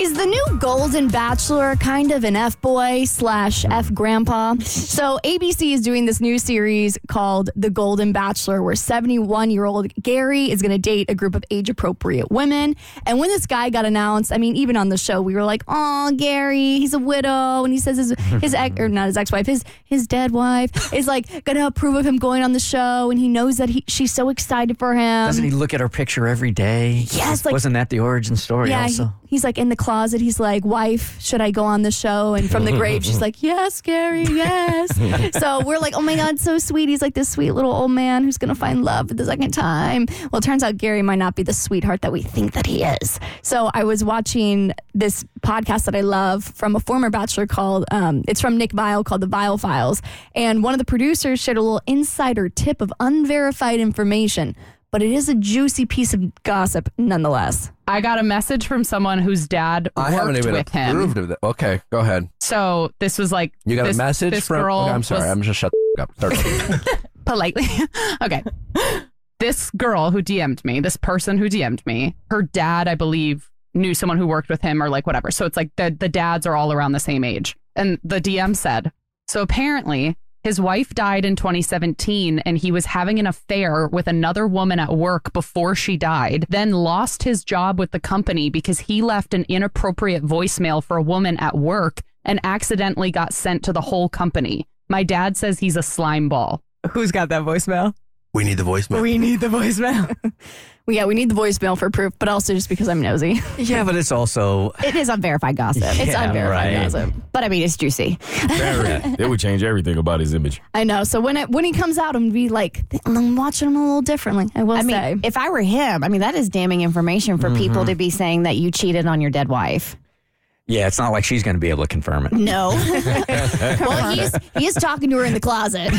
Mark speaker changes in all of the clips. Speaker 1: Is the new Golden Bachelor kind of an F boy slash F grandpa? So, ABC is doing this new series called The Golden Bachelor, where 71 year old Gary is going to date a group of age appropriate women. And when this guy got announced, I mean, even on the show, we were like, oh, Gary, he's a widow. And he says his, his ex, or not his ex wife, his, his dead wife is like going to approve of him going on the show. And he knows that he, she's so excited for him.
Speaker 2: Doesn't he look at her picture every day?
Speaker 1: Yes, like-
Speaker 2: wasn't that the origin story?
Speaker 1: Yeah,
Speaker 2: also,
Speaker 1: he- he's like in the closet. He's like, "Wife, should I go on the show?" And from the grave, she's like, "Yes, Gary, yes." so we're like, "Oh my god, so sweet." He's like this sweet little old man who's gonna find love for the second time. Well, it turns out Gary might not be the sweetheart that we think that he is. So I was watching this podcast that I love from a former Bachelor called um, it's from Nick Vile called the Vile Files, and one of the producers shared a little insider tip of unverified information. But it is a juicy piece of gossip nonetheless.
Speaker 3: I got a message from someone whose dad
Speaker 4: I haven't
Speaker 3: worked
Speaker 4: even
Speaker 3: with him.
Speaker 4: approved of that. Okay, go ahead.
Speaker 3: So this was like
Speaker 4: You got
Speaker 3: this,
Speaker 4: a message
Speaker 3: this
Speaker 4: from?
Speaker 3: girl.
Speaker 4: okay, I'm sorry.
Speaker 3: was-
Speaker 4: I'm just shut the up. Start over.
Speaker 3: politely. okay. This girl who DM'd me, this person who DM'd me, her dad, I believe, knew someone who worked with him or like whatever. So it's like the, the dads are all around the same age. And the DM said, so apparently his wife died in 2017 and he was having an affair with another woman at work before she died, then lost his job with the company because he left an inappropriate voicemail for a woman at work and accidentally got sent to the whole company. My dad says he's a slime ball.
Speaker 5: Who's got that voicemail?
Speaker 4: we need the voicemail.
Speaker 5: We need the voicemail.
Speaker 1: Well, yeah, we need the voicemail for proof, but also just because I'm nosy.
Speaker 2: yeah, but it's also
Speaker 5: it is unverified gossip.
Speaker 1: It's
Speaker 2: Yeah,
Speaker 1: unverified
Speaker 2: right.
Speaker 1: gossip.
Speaker 5: But I mean, it's juicy.
Speaker 6: It would change everything about his image.
Speaker 1: I know. So when it when he comes out, I'm gonna be like, I'm watching him a little differently. I will
Speaker 5: I mean,
Speaker 1: say.
Speaker 5: if I were him, I mean, that is damning information for people to be saying that you cheated on your dead wife.
Speaker 2: yeah, it's not like she's going to be able to confirm it.
Speaker 5: No.
Speaker 1: well, he's he is talking to her in the closet.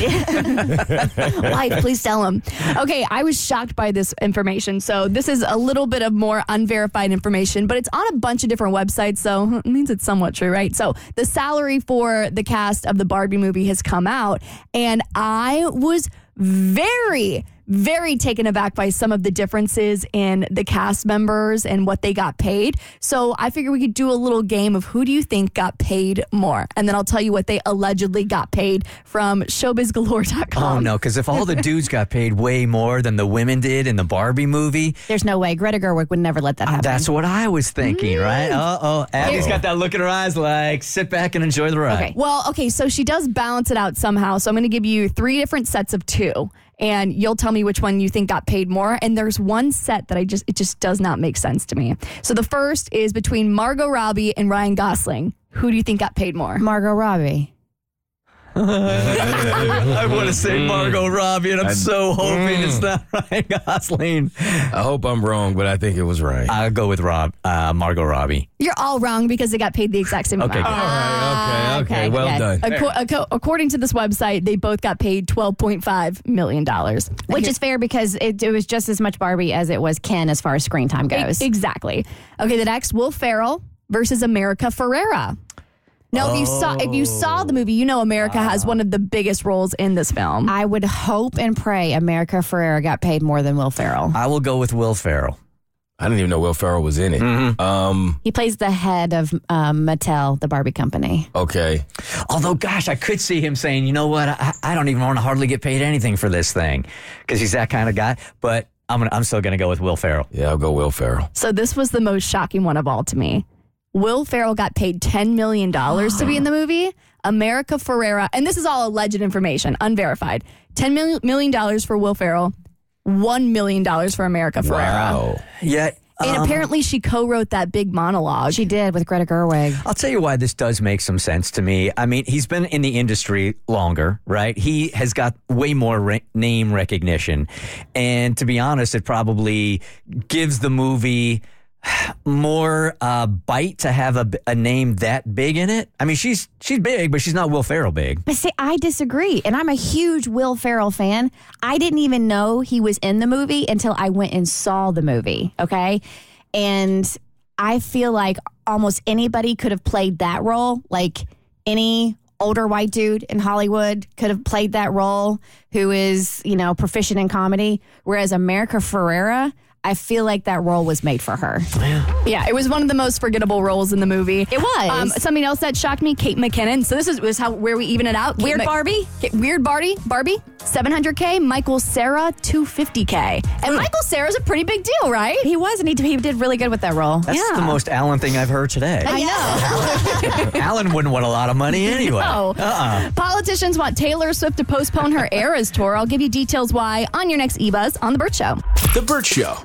Speaker 1: Wife, please tell him. Okay, I was shocked by this information. So this is a little bit of more unverified information, but it's on a bunch of different websites, so it means it's somewhat true, right? So the salary for the cast of the Barbie movie has come out, and I was very very taken aback by some of the differences in the cast members and what they got paid. So I figure we could do a little game of who do you think got paid more? And then I'll tell you what they allegedly got paid from showbizgalore.com.
Speaker 2: Oh no, because if all the dudes got paid way more than the women did in the Barbie movie,
Speaker 5: There's no way. Greta Gerwig would never let that happen.
Speaker 2: that's what I was thinking, right? Uh oh, Abby's got that look in her eyes, like sit back and enjoy the ride.
Speaker 5: Okay.
Speaker 1: Well, okay, so she does balance it out somehow. So I'm going to give you three different sets of two, and you'll tell me which one you think got paid more. And there's one set that I just it just does not make sense to me. So the first is between Margot Robbie and Ryan Gosling. Who do you think got paid more?
Speaker 5: Margot Robbie.
Speaker 2: I want to say Margot Robbie, and I'm so hoping it's not Ryan Gosling.
Speaker 6: I hope I'm wrong, but I think it was right.
Speaker 2: I'll go with Rob, uh, Margot Robbie.
Speaker 1: You're all wrong because they got paid the exact same
Speaker 2: Okay,
Speaker 1: amount.
Speaker 2: good.
Speaker 6: All right, okay, okay, well done.
Speaker 1: Acco- acco- according to this website, they both got paid twelve point five million dollars,
Speaker 5: Which is fair because it, it was just as much Barbie as it was Ken as far as screen time goes.
Speaker 1: E-, exactly okay. The next, Will Ferrell versus America Ferrera. Now, if you saw if you saw the movie, you know America has one of the biggest roles in this film.
Speaker 5: I would hope and pray America Ferrera got paid more than Will Ferrell.
Speaker 2: I will go with Will Ferrell.
Speaker 6: I didn't even know Will Ferrell was in it. Um,
Speaker 5: He plays the head of um, Mattel, the Barbie company.
Speaker 6: okay.
Speaker 2: Although, gosh, I could see him saying, you know what, I, I don't even want to hardly get paid anything for this thing because he's that kind of guy. But I'm, gonna, I'm still going to go with Will Ferrell.
Speaker 6: Yeah, I'll go Will Ferrell.
Speaker 1: So this was the most shocking one of all to me. Will Ferrell got paid ten million dollars to be in the movie. America Ferrera, and this is all alleged information, unverified. Ten mil- million dollars for Will Ferrell, one million dollars for America Ferrera.
Speaker 6: Wow.
Speaker 2: Yeah.
Speaker 1: And apparently, she co-wrote that big monologue.
Speaker 5: She did with Greta Gerwig.
Speaker 2: I'll tell you why this does make some sense to me. I mean, he's been in the industry longer, right? He has got way more re- name recognition. And to be honest, it probably gives the movie more uh, bite to have a, b- a name that big in it. I mean, she's she's big, but she's not Will Ferrell big.
Speaker 5: But see, I disagree. And I'm a huge Will Ferrell fan. I didn't even know he was in the movie until I went and saw the movie. Okay. And I feel like almost anybody could have played that role, like any older white dude in Hollywood could have played that role who is, you know, proficient in comedy. Whereas America Ferrera, I feel like that role was made for her.
Speaker 1: Yeah, it was one of the most forgettable roles in the movie. It
Speaker 5: was.
Speaker 1: Um, something else that shocked me, Kate McKinnon. So this is was how where we even it out. Kate
Speaker 5: Weird
Speaker 1: Mc-
Speaker 5: Barbie?
Speaker 1: Kate- Weird Barbie. Barbie. 700k. Michael Sarah 250k. And Michael Sarah's a pretty big deal, right?
Speaker 5: Hmm. He was, and he, he did really good with that role.
Speaker 2: That's
Speaker 1: Yeah.
Speaker 2: the most Alan thing I've heard today.
Speaker 1: I know.
Speaker 2: Alan wouldn't want a lot of money anyway.
Speaker 1: No.
Speaker 2: Uh-uh.
Speaker 1: Oh. Politicians want Taylor Swift to postpone her Eras tour. I'll give you details why E on your next eBuzz on the Burt Show.
Speaker 7: The Burt Show.